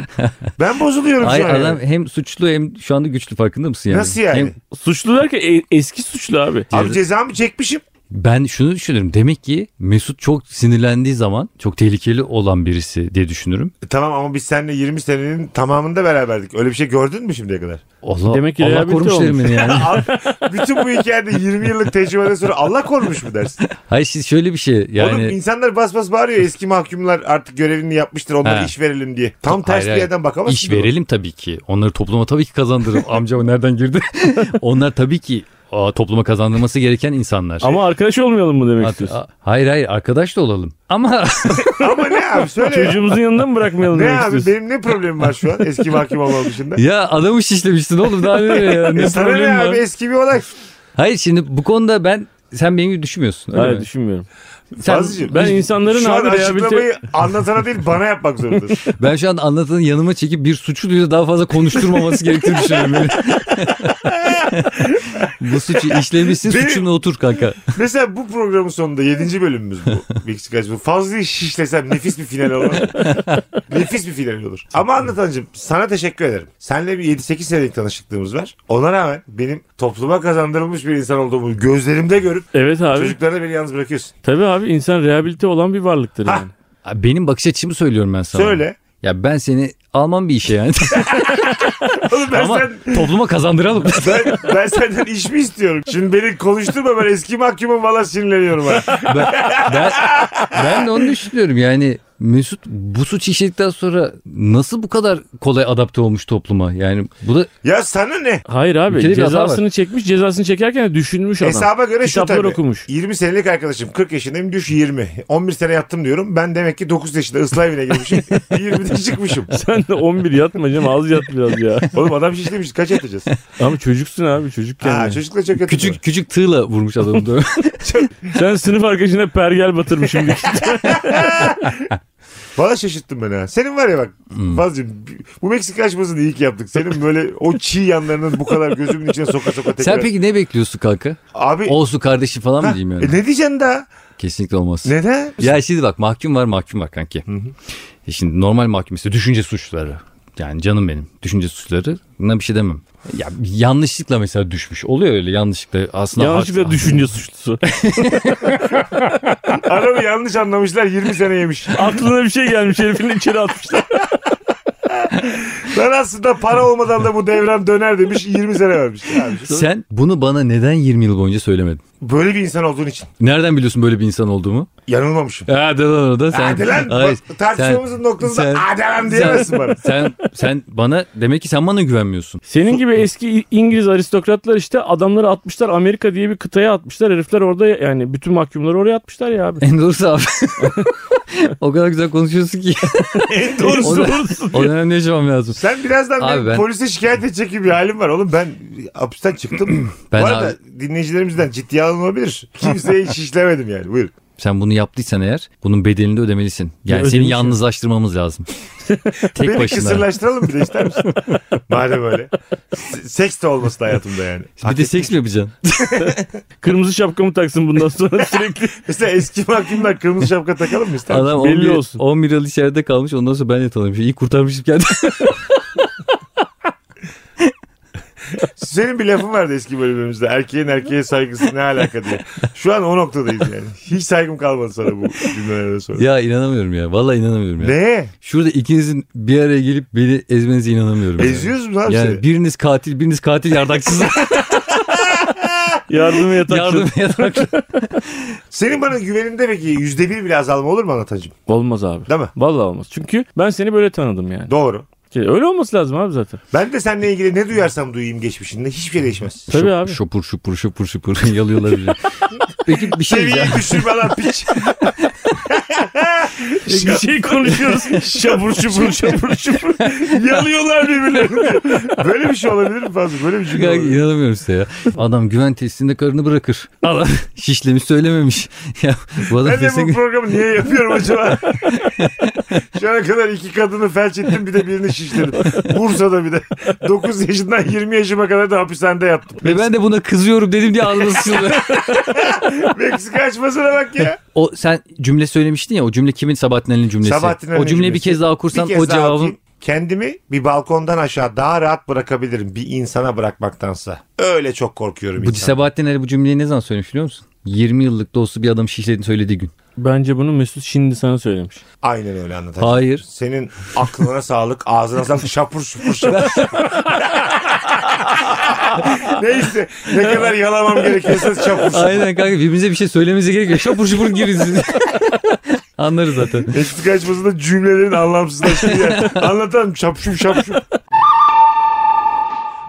A: Ben bozuluyorum
B: Ay
A: şu
C: şey?
A: an.
B: adam hem suçlu hem şu anda güçlü farkında mısın yani?
A: Nasıl yani?
B: Hem-
C: Suçlu derken e- eski suçlu abi.
A: Abi cezamı çekmişim.
B: ben şunu düşünürüm. Demek ki Mesut çok sinirlendiği zaman çok tehlikeli olan birisi diye düşünürüm.
A: E, Tamam ama biz seninle 20 senenin tamamında beraberdik. Öyle bir şey gördün mü şimdiye kadar?
B: Allah,
C: Demek ki
B: Allah
C: rehabilite
B: korumuş
C: olmuş.
B: derim beni yani.
A: Abi, bütün bu hikayede 20 yıllık tecrübeden sonra Allah korumuş mu dersin?
B: Hayır şimdi şöyle bir şey yani.
A: Oğlum insanlar bas bas bağırıyor eski mahkumlar artık görevini yapmıştır onlara
B: He.
A: iş verelim diye. Tam
B: Hayır,
A: ters bir
B: hayır.
A: yerden bakamazsın.
B: İş
A: ki bu.
B: verelim tabii ki. Onları topluma tabii ki kazandırırım. Amca o nereden girdi? Onlar tabii ki aa, topluma kazandırması gereken insanlar.
C: Ama
A: şey.
C: arkadaş olmayalım mı demek
B: Aa,
C: istiyorsun?
B: aa, hayır hayır arkadaş da olalım. Ama
A: Ama ne abi söyle.
C: Çocuğumuzun yanında mı bırakmayalım
A: ne
C: demek
A: abi
C: istiyorsun?
A: benim ne problemim var şu an eski mahkum olmam dışında?
B: ya adamı şişlemiştin oğlum daha ne ya? Ne
A: E sana
B: problem
A: ne
B: var?
A: abi eski bir olay.
B: Hayır şimdi bu konuda ben sen benim gibi düşünmüyorsun. Öyle
C: Hayır
B: mi?
C: düşünmüyorum.
B: Sen-
A: Fazlıcığım,
C: Ben insanların
A: şu an
C: abi rehabilite...
A: açıklamayı anlatana değil bana yapmak zorundasın.
B: ben şu an anlatanı yanıma çekip bir suçluyla daha fazla konuşturmaması gerektiğini düşünüyorum. yani. bu suçu işlemişsin
A: Benim-
B: suçumla otur kanka.
A: Mesela bu programın sonunda 7. bölümümüz bu. Meksika bu. Fazlıyı şişlesem nefis bir final olur. nefis bir final olur. Ama anlatancım sana teşekkür ederim. Seninle bir 7-8 senelik tanışıklığımız var. Ona rağmen benim topluma kazandırılmış bir insan olduğumu gözlerimde görüp
C: Evet abi.
A: çocuklarına beni yalnız bırakıyorsun.
C: Tabii abi insan rehabilite olan bir varlıktır
A: Ha.
C: yani.
B: Abi Benim bakış açımı söylüyorum ben sana.
A: Söyle.
B: Ya ben seni almam bir işe yani.
A: Oğlum ben,
B: Ama
A: sen,
B: topluma kazandıralım.
A: ben, ben senden iş mi istiyorum? Şimdi beni konuşturma ben eski mahkumum valla sinirleniyorum. Ha.
B: ben, ben, ben de onu düşünüyorum yani Mesut bu suç işledikten sonra nasıl bu kadar kolay adapte olmuş topluma? Yani bu da
A: Ya sana ne?
C: Hayır
B: Bir
C: abi
B: kere bir hata
C: cezasını çekmiş cezasını çekerken de düşünmüş adam.
A: Hesaba göre şu
C: Kitaplar
A: tabii.
C: okumuş.
A: 20 senelik arkadaşım 40 yaşındayım düş 20. 11 sene yattım diyorum. Ben demek ki 9 yaşında ıslah evine girmişim. 20'de çıkmışım.
C: Sen de 11 yatma canım az yat biraz ya.
A: Oğlum adam şişlemiş kaç yatacağız?
C: Ama çocuksun abi çocukken.
A: Aa,
C: yani.
A: çocukla çok yatırma.
B: küçük küçük tığla vurmuş adamı. da.
C: Sen sınıf arkadaşına pergel batırmışım.
A: Valla şaşırttın beni ha. Senin var ya bak Fazlıcığım bu Meksika açmasını iyi ki yaptık. Senin böyle o çiğ yanlarının bu kadar gözümün içine soka soka tekrar.
B: Sen peki ne bekliyorsun kanka?
A: Abi
B: Olsun kardeşi falan
A: ha,
B: mı diyeyim yani?
A: e ne diyeceksin daha?
B: Kesinlikle olmaz.
A: Neden?
B: Ya şimdi bak mahkum var mahkum var kanki. E şimdi normal mahkum ise düşünce suçları. Yani canım benim. Düşünce suçları. Buna bir şey demem. Ya yanlışlıkla mesela düşmüş. Oluyor öyle yanlışlıkla. Aslında
C: Yanlışlıkla
B: hak-
C: düşünce suçlusu.
A: Adamı yanlış anlamışlar 20 sene yemiş.
C: Aklına bir şey gelmiş herifini içeri atmışlar.
A: Ben aslında para olmadan da bu devrem döner demiş 20 sene vermiş. Abi,
B: Sen bunu bana neden 20 yıl boyunca söylemedin?
A: böyle bir insan olduğun için
B: Nereden biliyorsun böyle bir insan olduğumu?
A: yanılmamışım.
B: Hadi lan orada sen.
A: Hadi lan
B: Ay,
A: bak, tartışmamızın noktasında
B: sen-
A: hadi lan diyemezsin bana.
B: Sen sen bana demek ki sen bana güvenmiyorsun.
C: Senin gibi eski İngiliz aristokratlar işte adamları atmışlar Amerika diye bir kıtaya atmışlar. Herifler orada yani bütün mahkumları oraya atmışlar ya abi.
B: En doğrusu abi. o kadar güzel konuşuyorsun ki.
A: En doğrusu.
B: Onu-
C: Doğrusu
B: o dönem ne yaşamam lazım?
A: Sen birazdan
B: Abi
A: benim
B: ben-
A: polise şikayet edecek gibi bir halim var. Oğlum ben hapisten çıktım.
B: Ben
A: Bu arada dinleyicilerimizden ciddiye alınabilir. Kimseye hiç işlemedim yani. Buyur.
B: Sen bunu yaptıysan eğer bunun bedelini de ödemelisin. Yani
C: Ya
B: seni
C: ödemişim.
B: yalnızlaştırmamız lazım. Tek
A: Beni
B: başına.
A: kısırlaştıralım bir de ister misin? Madem öyle. S- Seks de olmasın hayatımda yani.
B: Bir de seks mi yapacaksın?
C: Kırmızı şapkamı taksın bundan sonra sürekli.
A: Mesela eski mahkumlar kırmızı şapka takalım mı ister misin?
B: Adam
C: belli
B: 11,
C: olsun.
B: 11 yıl içeride kalmış ondan sonra ben de tanımışım. İyi kurtarmışım kendimi.
A: Senin bir lafın vardı eski bölümümüzde. Erkeğin erkeğe saygısı ne alaka diye. Şu an o noktadayız yani. Hiç saygım kalmadı sana bu cümlelerden sonra.
B: ya inanamıyorum ya. Vallahi inanamıyorum ya.
A: Ne?
B: Şurada ikinizin bir araya gelip beni ezmenize inanamıyorum. ya.
A: Eziyoruz mu lan
B: Yani
A: seni?
B: biriniz katil, biriniz katil yardakçısı.
C: Yardım yatakçı.
B: Yardım yatakçı.
A: Senin bana güveninde peki yüzde bir bile azalma olur mu anlatacığım?
C: Olmaz abi.
A: Değil mi?
C: Vallahi olmaz. Çünkü ben seni böyle tanıdım yani.
A: Doğru.
C: Öyle olması lazım abi zaten.
A: Ben de seninle ilgili ne duyarsam duyayım geçmişinde hiçbir şey değişmez.
C: Tabii
B: Şop-
C: abi.
B: Şopur şopur şopur şopur yalıyorlar bizi. Peki bir şey
A: Seviyeyi
B: diyeceğim.
A: düşürme lan piç.
C: Bir şey konuşuyoruz. şabur şubur şabur şubur.
A: Yalıyorlar birbirlerini. Böyle bir şey olabilir mi fazla? Böyle bir cümle
B: Ya
A: olabilir.
B: inanamıyorum size ya. Adam güven testinde karını bırakır. Adam şişlemiş söylememiş. Ya bu adam
A: Ben de
B: teste-
A: bu programı niye yapıyorum acaba? Şu ana kadar iki kadını felç ettim bir de birini şişledim. Bursa'da bir de. 9 yaşından 20 yaşıma kadar da hapishanede yattım.
B: Ve ben de buna kızıyorum dedim diye ağzına sıçradı.
A: Meksika açmasına bak ya.
B: o sen cümle söylemiştin ya o cümle kimin Sabahattin Ali'nin cümlesi.
A: Sabahattin Ali'nin
B: o cümleyi bir
A: cümlesi.
B: kez daha okursan
A: Bir kez
B: o
A: daha
B: cevabın
A: atayım. Kendimi bir balkondan aşağı daha rahat bırakabilirim bir insana bırakmaktansa. Öyle çok korkuyorum
B: bu
A: insan.
B: Sabahattin Ali bu cümleyi ne zaman söylemiş biliyor musun? 20 yıllık dostu bir adam şişlediğini söylediği gün.
C: Bence bunu Mesut şimdi sana söylemiş.
A: Aynen öyle anlatacağım.
B: Hayır.
A: Senin aklına sağlık, ağzına sağlık, şapur şupur şapur. Neyse ne kadar yalamam gerekiyorsa şapur şupur.
B: Aynen kanka birbirimize bir şey söylememize gerek yok. Şapur şupur giririz. Anlarız zaten.
A: Eksik açmasında cümlelerin anlamsızlaştığı yer. Anlatalım şapşup şapşup.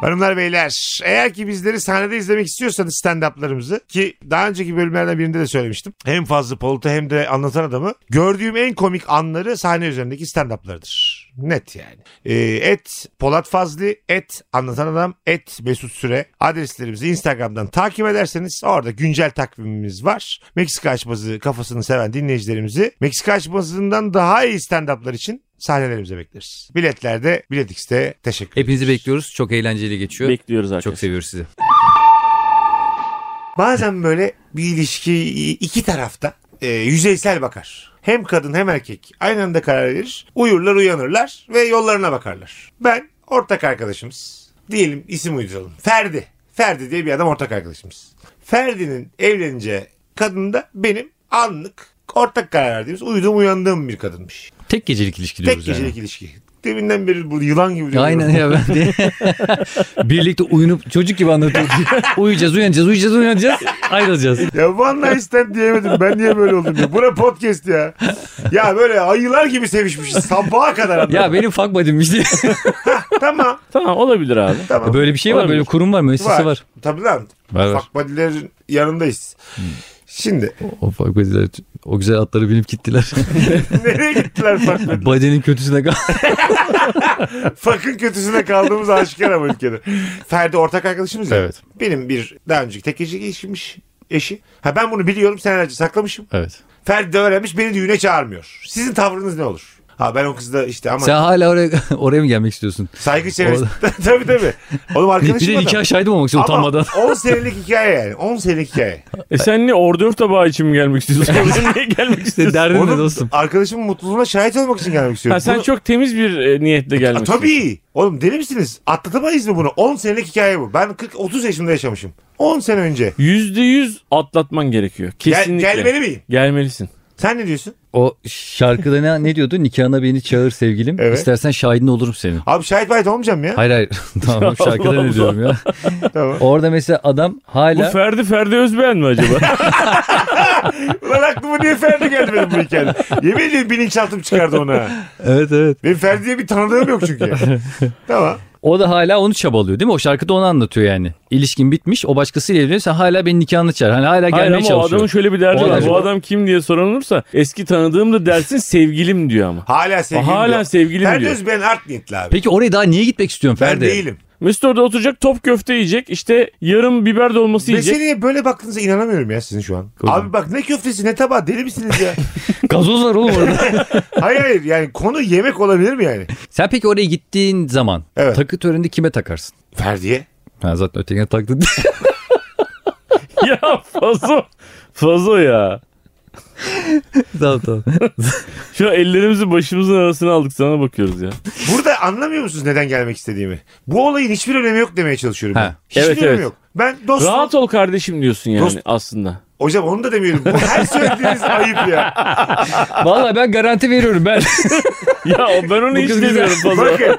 A: Hanımlar beyler eğer ki bizleri sahnede izlemek istiyorsanız stand-up'larımızı ki daha önceki bölümlerden birinde de söylemiştim. Hem fazla Polat'ı hem de anlatan adamı gördüğüm en komik anları sahne üzerindeki stand-up'larıdır. Net yani. Ee, et Polat Fazlı, et anlatan adam, et Mesut Süre adreslerimizi Instagram'dan takip ederseniz orada güncel takvimimiz var. Meksika açmazı kafasını seven dinleyicilerimizi Meksika açmazından daha iyi stand-up'lar için sahnelerimize bekleriz. Biletlerde Bilet X'te teşekkür
B: Hepinizi bekliyoruz. Çok eğlenceli geçiyor.
C: Bekliyoruz arkadaşlar.
B: Çok seviyoruz sizi.
A: Bazen böyle bir ilişki iki tarafta e, yüzeysel bakar. Hem kadın hem erkek aynı anda karar verir. Uyurlar uyanırlar ve yollarına bakarlar. Ben ortak arkadaşımız. Diyelim isim uyduralım. Ferdi. Ferdi diye bir adam ortak arkadaşımız. Ferdi'nin evleneceği kadın da benim anlık ortak karar verdiğimiz uyuduğum uyandığım bir kadınmış.
B: Tek gecelik ilişki
A: Tek
B: diyoruz yani.
A: gecelik ilişki. Deminden beri bu yılan gibi diyorum.
B: Aynen ya ben de. Birlikte uyunup çocuk gibi anlatıyoruz. uyuyacağız, uyanacağız, uyuyacağız, uyanacağız. Ayrılacağız.
A: Ya one night stand diyemedim. Ben niye böyle oldum ya? Bu ne podcast ya? Ya böyle ayılar gibi sevişmişiz. Sabaha kadar. anlamadım.
B: Ya benim fuck buddy'miş diye.
A: Tamam.
C: Tamam olabilir abi.
A: Tamam.
B: Böyle bir şey var, böyle bir kurum var, müessese var.
A: Tabii lan.
B: Var, var.
A: Fuck buddy'lerin yanındayız.
B: Hmm.
A: Şimdi
B: O fuck buddy'ler, o güzel atları binip gittiler.
A: nereye gittiler fuck buddy?
B: Buddy'nin kötüsüne kal.
A: Fuck'ın kötüsüne kaldığımız aşikar ama ülkede. Ferdi ortak arkadaşımız ya. Benim bir daha önceki tek gecelik ilişkimmiş. eşi. Ha ben bunu biliyorum senelerce saklamışım.
B: Evet.
A: Ferdi de öğrenmiş beni düğüne çağırmıyor. Sizin tavrınız ne olur? Ha ben o kızla işte ama
B: Sen hala oraya, oraya mı gelmek istiyorsun?
A: saygı çerçevesi. tabii tabii. Oğlum
B: Bir
A: arkadaşım
B: de
A: adam.
B: nikah şahidi mi olmak istiyorsun
A: Ama
B: utanmadan.
A: 10 senelik hikaye yani. 10 senelik hikaye.
C: E sen niye ordöv tabağı için mi gelmek istiyorsun? Orada niye gelmek
B: İşte
C: istiyorsun?
B: derdin ne
A: Oğlum,
B: dostum?
A: Arkadaşımın mutluluğuna şahit olmak için gelmek istiyorum.
C: Ha, sen
A: Bunu-
C: çok temiz bir e, niyetle
A: Ha,
C: gelmişsin.
A: tabii. Oğlum deli misiniz? Atlatamayız mı bunu? 10 senelik hikaye bu. Ben 40 30 yaşımda yaşamışım. 10 sene önce.
C: Yüzde yüz atlatman gerekiyor.
A: Gel,
C: Kesinlikle.
A: gelmeli miyim?
C: Gelmelisin.
A: Sen ne diyorsun?
B: O şarkıda ne, ne diyordu? Nikahına beni çağır sevgilim.
A: Evet.
B: İstersen şahidin olurum senin.
A: Abi şahit bayit olmayacağım ya.
B: Hayır hayır. tamam
C: Allah
B: şarkıda ne
C: Allah.
B: diyorum ya.
A: Tamam.
B: Orada mesela adam
C: Bu
B: hala
C: Ferdi Ferdi Özbeğen mi acaba?
A: Ulan aklıma niye Ferdi geldi benim bu hikayede? Yemin ediyorum bilinçaltım çıkardı ona.
B: evet evet.
A: Benim Ferdi diye bir tanıdığım yok çünkü. tamam.
B: O da hala onu çabalıyor değil mi? O şarkıda onu anlatıyor yani. İlişkin bitmiş. O başkasıyla evleniyor. Sen hala beni nikahına çağır. Hani hala gelmeye
C: Hayır ama o
B: çalışıyor.
C: adamın şöyle bir derdi
B: O
C: var.
B: adam-
C: Bu adam kim diye soran olursa eski tanıdığım da dersin sevgilim diyor ama.
A: Hala sevgilim
C: Hala
A: diyor.
C: sevgilim
A: Ferdi
C: diyor.
A: Özben art niyetli abi.
B: Peki oraya daha niye gitmek istiyorsun
A: ben
B: Ferdi?
A: değilim.
C: Mesut orada oturacak top köfte yiyecek. işte yarım biber dolması yiyecek.
A: Meseleye böyle baktığınıza inanamıyorum ya sizin şu an.
B: Kocam.
A: Abi bak ne köftesi ne tabağı deli misiniz ya?
B: Gazoz var oğlum orada.
A: hayır hayır yani konu yemek olabilir mi yani?
B: Sen peki oraya gittiğin zaman
A: Evet.
B: takı töreninde kime takarsın?
A: Ferdi'ye.
B: Ha zaten ötekine taktın.
C: ya fazla fazla ya.
B: tamam tamam.
C: Şu an ellerimizi başımızın arasına aldık sana bakıyoruz ya.
A: Burada anlamıyor musunuz neden gelmek istediğimi? Bu olayın hiçbir önemi yok demeye çalışıyorum.
B: Ha.
A: ben. Hiçbir
C: Evet,
A: önemi
C: evet.
A: yok. Ben dostum.
C: Rahat ol kardeşim diyorsun yani
A: Dost-
C: aslında.
A: Hocam onu da demiyorum. Bu Her söylediğiniz ayıp ya.
B: Vallahi ben garanti veriyorum ben.
C: Ya o- ben onu
B: Bu
C: hiç
B: kız güzel.
C: demiyorum fazla.
A: Bakın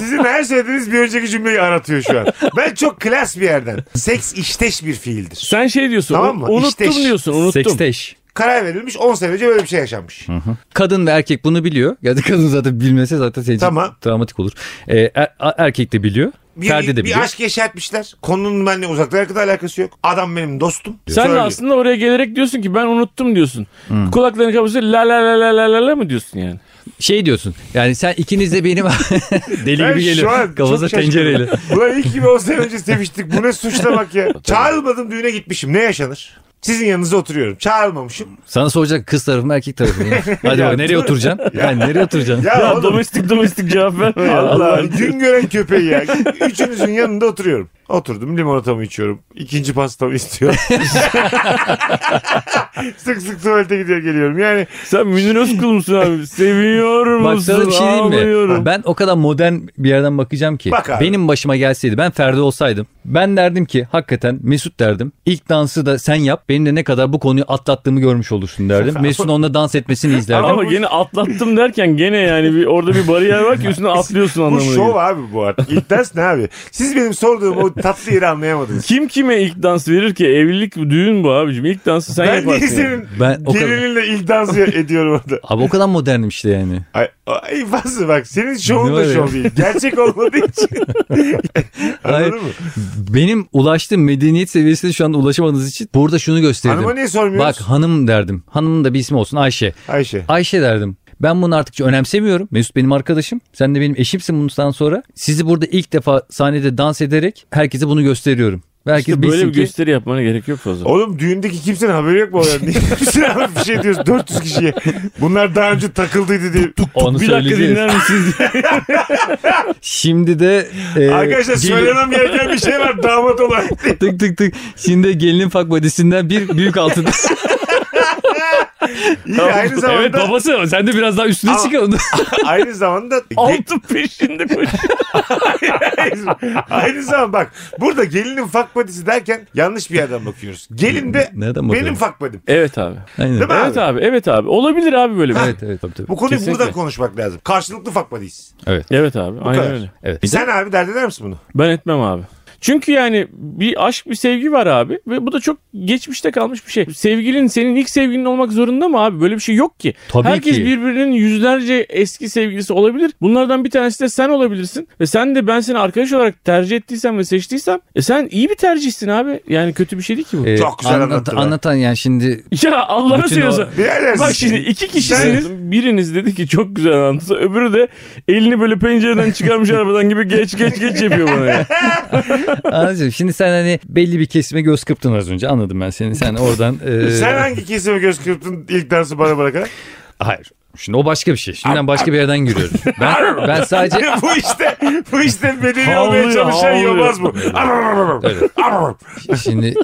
A: sizin her söylediğiniz bir önceki cümleyi aratıyor şu an. Ben çok klas bir yerden. Seks işteş bir fiildir.
C: Sen şey diyorsun.
A: Tamam
C: u-
A: mı?
C: Unuttum
A: İşte iş.
C: diyorsun. Unuttum.
B: Seksteş.
A: Karar verilmiş 10 sene önce böyle bir şey yaşanmış.
B: Kadın ve erkek bunu biliyor. Ya da kadın zaten bilmese zaten senin için
A: Tamam.
B: travmatik olur. Ee, er- a- erkek de biliyor.
A: Bir,
B: Ferdi de
A: bir
B: biliyor.
A: aşk yaşatmışlar. Konunun benimle uzaklara kadar alakası yok. Adam benim dostum.
C: Sen de
A: Söylüyor.
C: aslında oraya gelerek diyorsun ki ben unuttum diyorsun.
A: Hmm.
C: Kulaklarını kapatıyorsun la la la la la la la mı diyorsun yani?
B: Şey diyorsun. Yani sen ikiniz de benim deli
A: Ben
B: gibi
A: şu an
B: geliyor.
A: çok
B: Kafası
A: şaşkınım.
B: tencereyle.
A: Ulan iyi ki bir 10 sene önce seviştik. Bu ne suçlamak ya. Çağrılmadım düğüne gitmişim. Ne yaşanır? Sizin yanınıza oturuyorum. Çağrılmamışım.
B: Sana soracak kız tarafı mı erkek tarafı mı? Hadi
A: Ya
B: bak nereye
A: dur.
B: oturacaksın? Yani nereye oturacaksın?
A: Ya,
C: Ya
A: oğlum.
C: domestik domestik cevap verme ya.
A: Allah
C: Allah'ım.
A: gün gören köpeği ya. Üçünüzün yanında oturuyorum. Oturdum limonatamı içiyorum. İkinci pastamı istiyorum. sık sık tuvalete gidiyor geliyorum. Yani
C: Sen Münir Özkul musun abi? Seviyor musun?
B: Bak sana bir şey diyeyim mi?
C: Ağlıyorum.
B: Ben o kadar modern bir yerden bakacağım ki.
A: Bak abi.
B: benim başıma gelseydi ben Ferdi olsaydım. Ben derdim ki hakikaten Mesut derdim. İlk dansı da sen yap. Benim de ne kadar bu konuyu atlattığımı görmüş olursun derdim. Mesut'un onunla dans etmesini izlerdim.
C: Ama gene atlattım derken gene yani bir, orada bir bariyer var ki üstüne atlıyorsun
A: bu
C: anlamına.
A: şov
C: geliyor.
A: abi bu artık. İlk ders ne abi? Siz benim sorduğum o tatlı yeri anlayamadınız.
C: Kim kime ilk dans verir ki? Evlilik düğün bu abicim. İlk dansı sen
A: Ben niye
C: yaparsın. yani.
A: senin
B: Ben o kadar-
A: gelininle ilk dans ediyorum orada?
B: Abi o kadar modernim işte yani.
A: Ay, ay fazla bak senin şovun
B: Ne
A: da
B: var ya?
A: şov değil. Gerçek olmadığı için.
B: Hayır.
A: Anladın mı?
B: Benim ulaştığım medeniyet seviyesine şu anda ulaşamadığınız için burada şunu
A: Hanıma
B: gösterdim.
A: niye
B: Bak
A: sormuyorsun?
B: hanım derdim. Hanımın da bir ismi olsun Ayşe.
A: Ayşe.
B: Ayşe derdim. Ben bunu artık önemsemiyorum. Mesut benim arkadaşım. Sen de benim eşimsin bundan sonra. Sizi burada ilk defa sahnede dans ederek herkese bunu gösteriyorum. Ve herkes
C: İşte böyle
B: bilsin
C: bir
B: ki
C: gösteri yapmana gerek yok fazla.
A: Oğlum düğündeki kimsenin haberi yok mu? Oğlum? Niye kimsenin haberi bir şey diyorsun 400 kişiye. Bunlar daha önce takıldıydı diye.
B: onu
C: bir dakika
B: söyleyeceğiz.
C: dinler misiniz?
B: Şimdi de e,
A: Arkadaşlar
B: gelin-
A: söylemem gereken bir şey var damat olarak.
B: Tık tık tık. Şimdi de gelinin fak vadisinden bir büyük altın.
A: İyi aynı zamanda
B: evet babası sen de biraz daha üstüne
A: Ama-
B: çık onu.
A: aynı zamanda
C: Altın peşinde koşuyor.
A: aynı zaman bak burada gelinin fakbadisi derken yanlış bir yerden bakıyoruz. Gelin de
B: Nereden bakıyorum?
A: benim fakbadim.
C: Evet abi.
B: Aynen.
A: Değil mi?
C: Evet abi. Evet abi. Olabilir abi böyle bir. şey.
B: Evet evet tabii tabii.
A: Bu konuyu
C: Kesinlikle.
A: burada konuşmak lazım. Karşılıklı fakbadiyiz.
C: Evet abi. Aynen
A: kadar.
C: öyle.
B: Evet.
A: Sen abi dert eder misin bunu?
C: Ben etmem abi. Çünkü yani bir aşk bir sevgi var abi ve bu da çok geçmişte kalmış bir şey. Sevgilin senin ilk sevgilin olmak zorunda mı abi? Böyle bir şey yok ki.
B: Tabii
C: Herkes
B: ki.
C: birbirinin yüzlerce eski sevgilisi olabilir. Bunlardan bir tanesi de sen olabilirsin. Ve sen de ben seni arkadaş olarak tercih ettiysem ve seçtiysem e sen iyi bir tercihsin abi. Yani kötü bir şey değil ki bu.
B: Ee,
A: Çok güzel
B: anlat-
A: anlattı be.
B: Anlatan yani şimdi
C: Ya Allah'ını
B: Bütün
C: seviyorsan.
A: Bir yerden
C: Bak şimdi iki kişisiniz. Biriniz dedi ki çok güzel anlattı. Öbürü de elini böyle pencereden çıkarmış arabadan gibi geç geç geç yapıyor bana ya.
B: Anacığım şimdi sen hani belli bir kesime göz kırptın az önce anladım ben seni. Sen oradan... e,
A: Sen hangi kesime göz kırptın ilk dansı bana bırakarak?
B: Hayır. Şimdi o başka bir şey. Şimdiden başka bir yerden giriyorum. Ben, ben sadece...
A: bu işte bu işte bedeni olmaya
C: Havlıyor,
A: çalışan
C: havlıyor.
A: yobaz bu. Arr,
B: Öyle.
A: arr.
B: Şimdi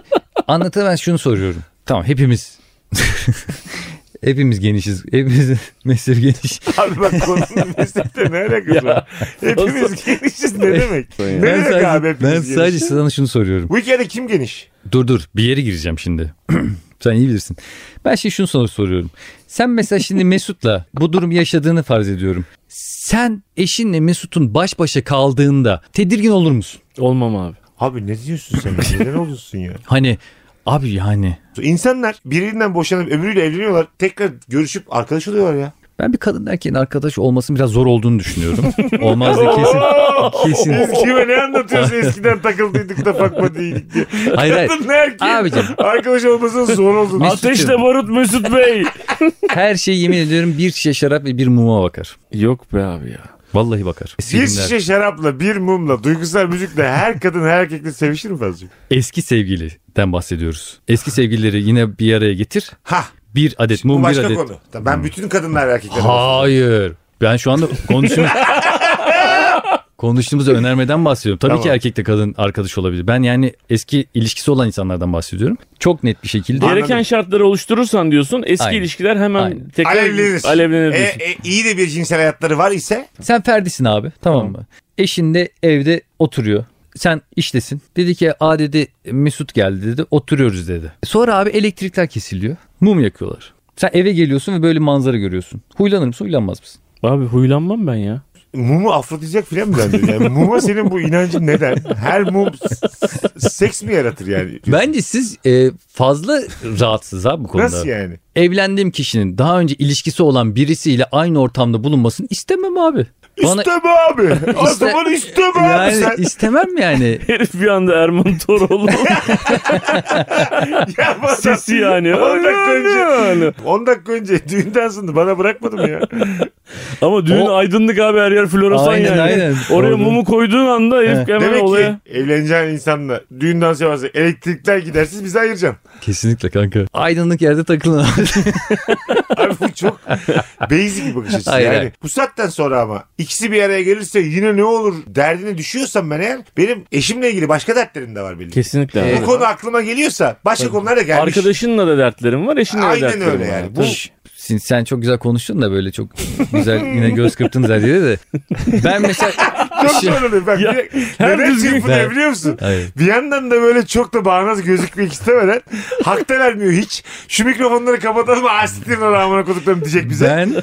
B: anlatılan ben şunu soruyorum. Tamam hepimiz... hepimiz genişiz. Hepimiz meslek geniş.
A: Abi bak konunun meslekte ne alakası var? Hepimiz genişiz ne demek? Ne
B: Ben
A: demek
B: sadece,
A: abi
B: ben
A: hepimiz
B: sadece
A: geniş?
B: sana şunu soruyorum.
A: Bu hikayede kim geniş?
B: Dur dur bir yere gireceğim şimdi. Sen iyi bilirsin. Ben şimdi şunu sana soruyorum. Sen mesela şimdi Mesut'la bu durum yaşadığını farz ediyorum. Sen eşinle Mesut'un baş başa kaldığında tedirgin olur musun?
C: Olmam abi.
A: Abi ne diyorsun sen? ya? Neden olursun ya?
B: Hani abi yani
A: İnsanlar birbirinden boşanıp ömrüyle evleniyorlar. Tekrar görüşüp arkadaş oluyorlar ya.
B: ben bir kadın erkeğin arkadaş olmasının biraz zor olduğunu düşünüyorum. Olmaz da kesin. Kesin.
A: Biz kime ne anlatıyoruz eskiden takıldıydık da fakma değildik diye.
B: Hayır hayır.
A: Kadın ne erkeğin
B: Abicim.
A: arkadaş olmasının zor olduğunu.
B: Mes- Mesut'cum.
C: Ateşle barut Mesut Bey.
B: Her şey yemin ediyorum bir şişe şarap ve bir muma bakar.
C: Yok be abi ya.
B: Vallahi bakar. Eski,
A: bir
B: günler-
A: şişe şarapla, bir mumla, duygusal müzikle her kadın her erkekle sevişir mi Fazlıcığım?
B: Eski sevgiliden bahsediyoruz. Eski sevgilileri yine bir araya getir.
A: Ha
B: Bir adet
A: bu
B: mum bir
A: başka
B: adet. Hmm.
A: konu. Tamam, Ben bütün kadınlar ve erkekler
B: Hayır. Ben şu anda konuşum... konuştuğumuz önermeden bahsediyorum. Tabii
A: Tamam.
B: ki erkekle kadın arkadaş olabilir. Ben yani eski ilişkisi olan insanlardan bahsediyorum. Çok net bir şekilde.
A: Anladım.
C: Gereken şartları oluşturursan diyorsun. Eski
B: Aynen.
C: ilişkiler hemen
B: Aynen.
C: tekrar
A: Alevlenir.
C: alevlenir
A: E,
C: diyorsun.
A: e, iyi de bir cinsel hayatları var ise
B: Sen Ferdi'sin abi tamam, mı? Eşin de evde oturuyor. Sen iştesin. Dedi ki a dedi Mesut geldi dedi oturuyoruz dedi. Sonra abi elektrikler kesiliyor. Mum yakıyorlar. Sen eve geliyorsun ve böyle manzara görüyorsun. Huylanır mısın huylanmaz mısın?
C: Abi huylanmam ben ya.
A: mumu afrodizyak filan mı derdi? Yani muma senin bu inancın neden? Her mum s- s- seks mi yaratır yani?
B: Bence siz e, fazla rahatsız abi bu konuda.
A: Nasıl yani?
B: Evlendiğim kişinin daha önce ilişkisi olan birisiyle aynı ortamda bulunmasını istemem abi. Bana-
A: İsteme abi. O
B: İste-
A: zaman isteme abi
B: yani
A: sen.
B: istemem yani.
C: Herif bir anda Erman Toroğlu
A: Ya bana-
C: sesi yani.
A: 10 dakika önce,
C: Yani.
A: 10 dakika önce düğünden sonra bana bırakmadım ya.
C: Ama düğün
B: O-
C: aydınlık abi her yer floresan
B: Aynen,
C: yani.
B: aynen.
C: Oraya
B: Orada.
C: mumu koyduğun anda herif hemen
A: Demek
C: olaya.
A: ki evleneceğin insanla düğünden sonra varsa elektrikler gidersiz bizi ayıracaksın.
B: Kesinlikle kanka. Aydınlık yerde takılın abi.
A: Abi bu çok basic bir bakış açısı.
B: Hayır,
A: yani
B: hayır.
A: bu saatten sonra ama ikisi bir araya gelirse yine ne olur derdine düşüyorsam ben eğer benim eşimle ilgili başka dertlerim de var belli. ki.
C: Kesinlikle
A: Bu konu aklıma geliyorsa başka konular da gelmiş.
C: Arkadaşınla da dertlerim var, eşinle de
A: Aynen
C: dertlerim
A: öyle
C: var.
A: yani. Bu-
C: Tabii.
B: Sin- sen çok güzel konuştun da böyle çok güzel yine göz kırptın her yere de. Ben mesela...
A: Çok
B: Şey-
A: sorunlu. Ben
C: Ya,
A: bir,
C: her
A: neden
C: düzgün-
A: çırpınıyor biliyor musun?
B: Hayır.
A: Bir yandan da böyle çok da bağnaz gözükmek istemeden hak da vermiyor hiç. Şu mikrofonları kapatalım asitin amına koduklarım diyecek bize.
B: Ben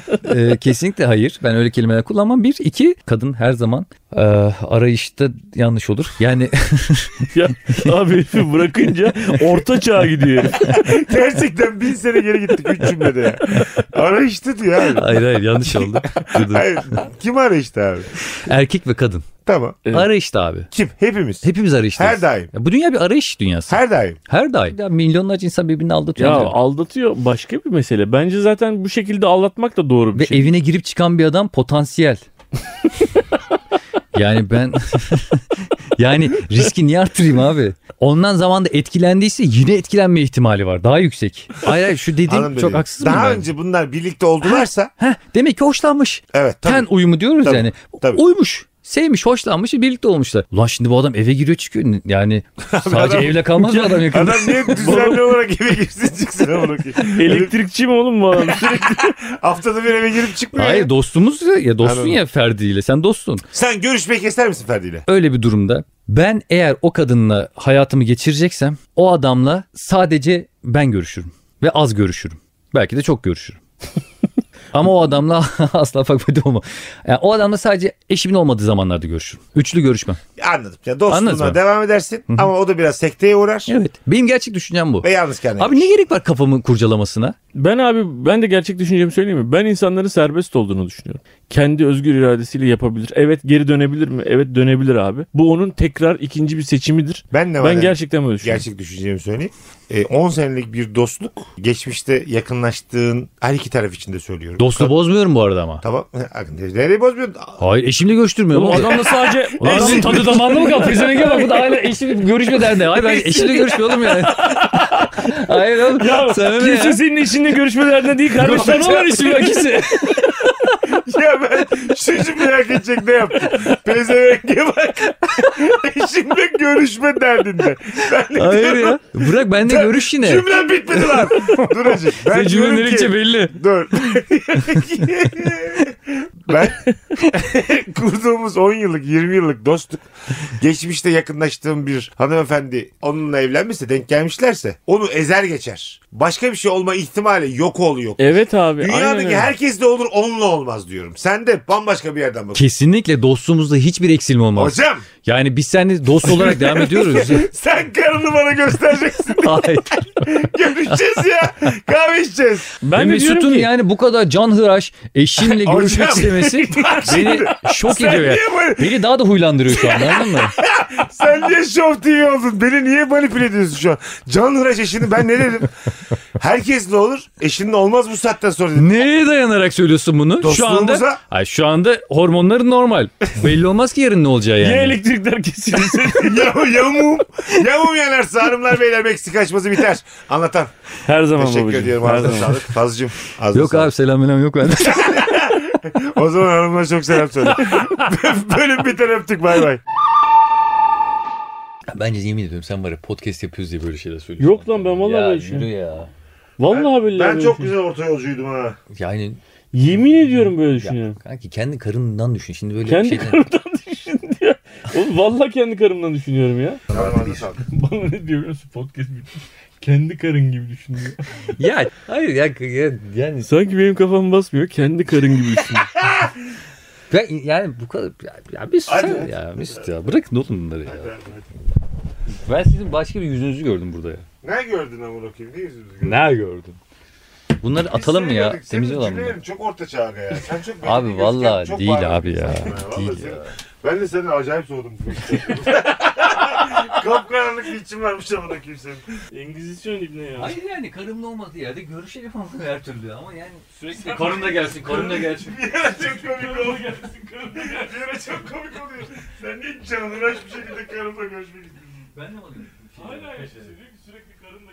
B: e, kesinlikle hayır. Ben öyle kelimeler kullanmam. Bir, iki kadın her zaman e, arayışta yanlış olur. Yani
C: Ya, abi herifi bırakınca orta çağa gidiyor.
A: Gerçekten bin sene geri gittik üç cümlede ya. Arayıştı diyor abi.
B: hayır hayır yanlış oldu. Dur, dur.
A: Hayır, kim arayıştı abi?
B: Erkek ve kadın.
A: Tamam.
C: Evet.
B: Arayışta abi.
A: Kim? Hepimiz.
B: Hepimiz arayıştayız.
A: Her daim.
B: Ya bu dünya bir arayış dünyası. Her,
A: Her daim.
B: daim. Ya milyonlarca insan birbirini aldatıyor.
C: Ya aldatıyor başka bir mesele. Bence zaten bu şekilde aldatmak da doğru bir
B: Ve
C: şey.
B: evine girip çıkan bir adam potansiyel. yani ben yani riski niye artırayım abi? Ondan zamanda etkilendiyse yine etkilenme ihtimali var. Daha yüksek. Hayır hayır şu dediğim
A: Hanım
B: çok
A: dedi.
B: haksız mıyım
A: Daha
B: ben?
A: önce bunlar birlikte oldularsa
B: Heh, demek ki hoşlanmış.
A: evet tabii.
B: Ten uyumu diyoruz
A: Tabii,
B: yani.
A: tabii.
B: Uymuş. Sevmiş, hoşlanmış, birlikte olmuşlar. Ulan şimdi bu adam eve giriyor çıkıyor. Yani sadece
A: adam-
B: evle kalmaz mı adam yakında?
A: Adam niye düzenli olarak eve girsin çıksın amına koyayım?
C: Elektrikçi mi oğlum bu adam?
A: Haftada bir eve girip çıkmıyor.
B: Hayır
A: Hayır.
B: dostumuz ya, ya dostsun
A: Anladım.
B: ya Ferdi ile. Sen dostsun.
A: Sen görüşmeyi keser misin Ferdi ile?
B: öyle bir durumda ben eğer o kadınla hayatımı geçireceksem o adamla sadece ben görüşürüm ve az görüşürüm. Belki de çok görüşürüm. Ama o adamla asla fakfede olma. Yani o adamla sadece eşimin olmadığı zamanlarda görüşürüm. Üçlü görüşmem.
A: Anladım. Ya
B: Anladım ben.
A: dostluğuna devam edersin ama o da biraz sekteye uğrar
B: Evet. Benim gerçek düşüncem bu.
A: ve yalnız kendine.
B: Abi ne gerek var kafamı kurcalamasına?
C: Ben abi ben de gerçek düşüncemi söyleyeyim mi? Ben insanların serbest olduğunu düşünüyorum. Kendi özgür iradesiyle yapabilir. Evet geri dönebilir mi? Evet dönebilir abi. Bu onun tekrar ikinci bir seçimidir.
A: Ben ne
C: Ben gerçekten böyle düşünüyorum.
A: gerçek düşüneceğimi söyleyeyim. E, 10 senelik bir dostluk geçmişte yakınlaştığın her iki taraf için de söylüyorum.
B: Dostluğu bozmuyorum bu arada ama.
A: Tamam. Nereye bozmuyorsun?
B: Hayır eşimle görüştürmüyor
C: Oğlum
B: mu?
C: adamla sadece
B: Ulan
C: Adamın
B: adamın
C: tadı
B: tadı damağında mı kaldı? Prisoner gibi bak bu da hala eşimle görüşme derdi. Hayır ben eşimle görüşmüyorum yani. Hayır oğlum.
C: Ya
B: Sen öyle
C: kimse
B: ya.
C: senin işinde görüşmelerinde değil kardeşim.
B: Kafana var işim ikisi.
A: ya ben şimdi merak edecek ne yaptım? Pezevenge bak. Eşimle görüşme derdinde. Ben de
B: Hayır
A: diyorum,
B: ya. Bırak ben de görüş yine.
A: Cümlem bitmedi lan. Dur azıcık. Ben diyorum
B: Sen cümlenin
A: ki-
B: içi belli.
A: Dur. ben kurduğumuz 10 yıllık 20 yıllık dostluk geçmişte yakınlaştığım bir hanımefendi onunla evlenmişse denk gelmişlerse onu ezer geçer. Başka bir şey olma ihtimali yok oluyor.
C: Evet abi. aynen
A: Dünyadaki
C: öyle.
A: herkes de olur onunla olmaz diyorum. Sen de bambaşka bir yerden bak.
B: Kesinlikle dostluğumuzda hiçbir eksilme olmaz.
A: Hocam
B: Yani biz seninle dost olarak devam ediyoruz.
A: sen karını bana göstereceksin.
B: Hayır.
A: Görüşeceğiz ya. Kahve içeceğiz.
B: Ben
C: Ben de diyorum
B: Mesut'un
C: ki
B: yani bu kadar canhıraş eşimle
A: Hocam,
B: görüşmek istemesi beni şok
A: Sen
B: ediyor ya.
A: niye, böyle-
B: Beni daha da huylandırıyor şu anda anladın mı?
A: sen niye Show TV oldun? Beni niye manipüle ediyorsun şu an? Can Hıraş eşini ben ne dedim? Herkesle olur. Eşinle olmaz bu saatten sonra dedim.
B: Neye dayanarak söylüyorsun bunu? Şu anda,
A: Dostluğumuza-
B: ay şu anda hormonların normal. Belli olmaz ki yarın ne olacağı
C: ya
B: yani.
C: elektrikler kesilirse
A: Ya, yamum. Yamum yanarsa hanımlar beyler Meksika açması biter. Anlatan.
C: her zaman
A: Teşekkür
C: babacığım.
A: ediyorum.
C: her
A: Ağzına
C: zaman.
A: sağlık. Fazlıcığım. Ağzına
B: Yok
A: sağlık.
B: abi selam selam yok bende.
A: O zaman hanımlara çok selam söyle. Bölüm biter öptük. Bay bay.
B: Bence yemin ediyorum sen var ya podcast yapıyoruz diye böyle şeyler söylüyorsun.
C: Yok lan ben vallahi
B: ya,
C: böyle şey-
B: yürü ya.
C: Vallahi billahi.
A: Ben
C: böyle
A: çok
C: düşünüyorum.
A: güzel orta yolcuydum ha.
B: Yani
C: Yemin ediyorum böyle
B: ya,
C: düşünüyorum.
B: kanki kendi karından düşün. Şimdi böyle
C: Kendi
B: şeyden...
C: karımdan düşündüm ya. Oğlum vallahi kendi karımdan düşünüyorum ya.
A: Ağzına sağlık.
C: Bana ne diyorsun podcast bitmiş. Kendi karın gibi düşünüyor.
B: ya hayır ya, ya yani
C: Sanki benim kafam basmıyor. Kendi karın gibi düşünüyor.
B: Ben- yani bu kadar ya, ya bir sus
A: Hadi,
B: sen
A: hadi.
B: ya bir sus ya bırakın oğlum bunları ya. Ben sizin başka bir yüzünüzü gördüm burada ya.
A: Ne gördün amına koyayım? Ne yüzümüzü gördün?
B: Ne gördüm? Bunları
A: Biz
B: atalım mı
A: seni
B: ya?
A: gördük. Senin
B: Temizleyelim mi?
A: cümlelerin çok orta çağda ya. Sen çok belli
B: Abi
A: bir
B: valla
A: gözüken, çok
B: değil
A: bağırıyorsun
B: abi ya.
A: sen Vallahi
B: Değil
A: seni-
B: ya.
A: Ben de senin acayip soğudum. Kapkaranlık bir içim varmış amına koyayım senin.
C: İngilizisyon ibne ya.
B: Hayır yani karımla olmadığı yerde görüşelim ama her türlü ama yani sürekli karım da gelsin karım da gelsin.
A: Bir ara çok komik oldu. Bir ara çok komik oluyor. Sen niye canlıraş bir şekilde karımla görüşmek istiyorsun?
B: Ben de alayım.
C: Hala yaşasın. Diyor ki Sürekli karın da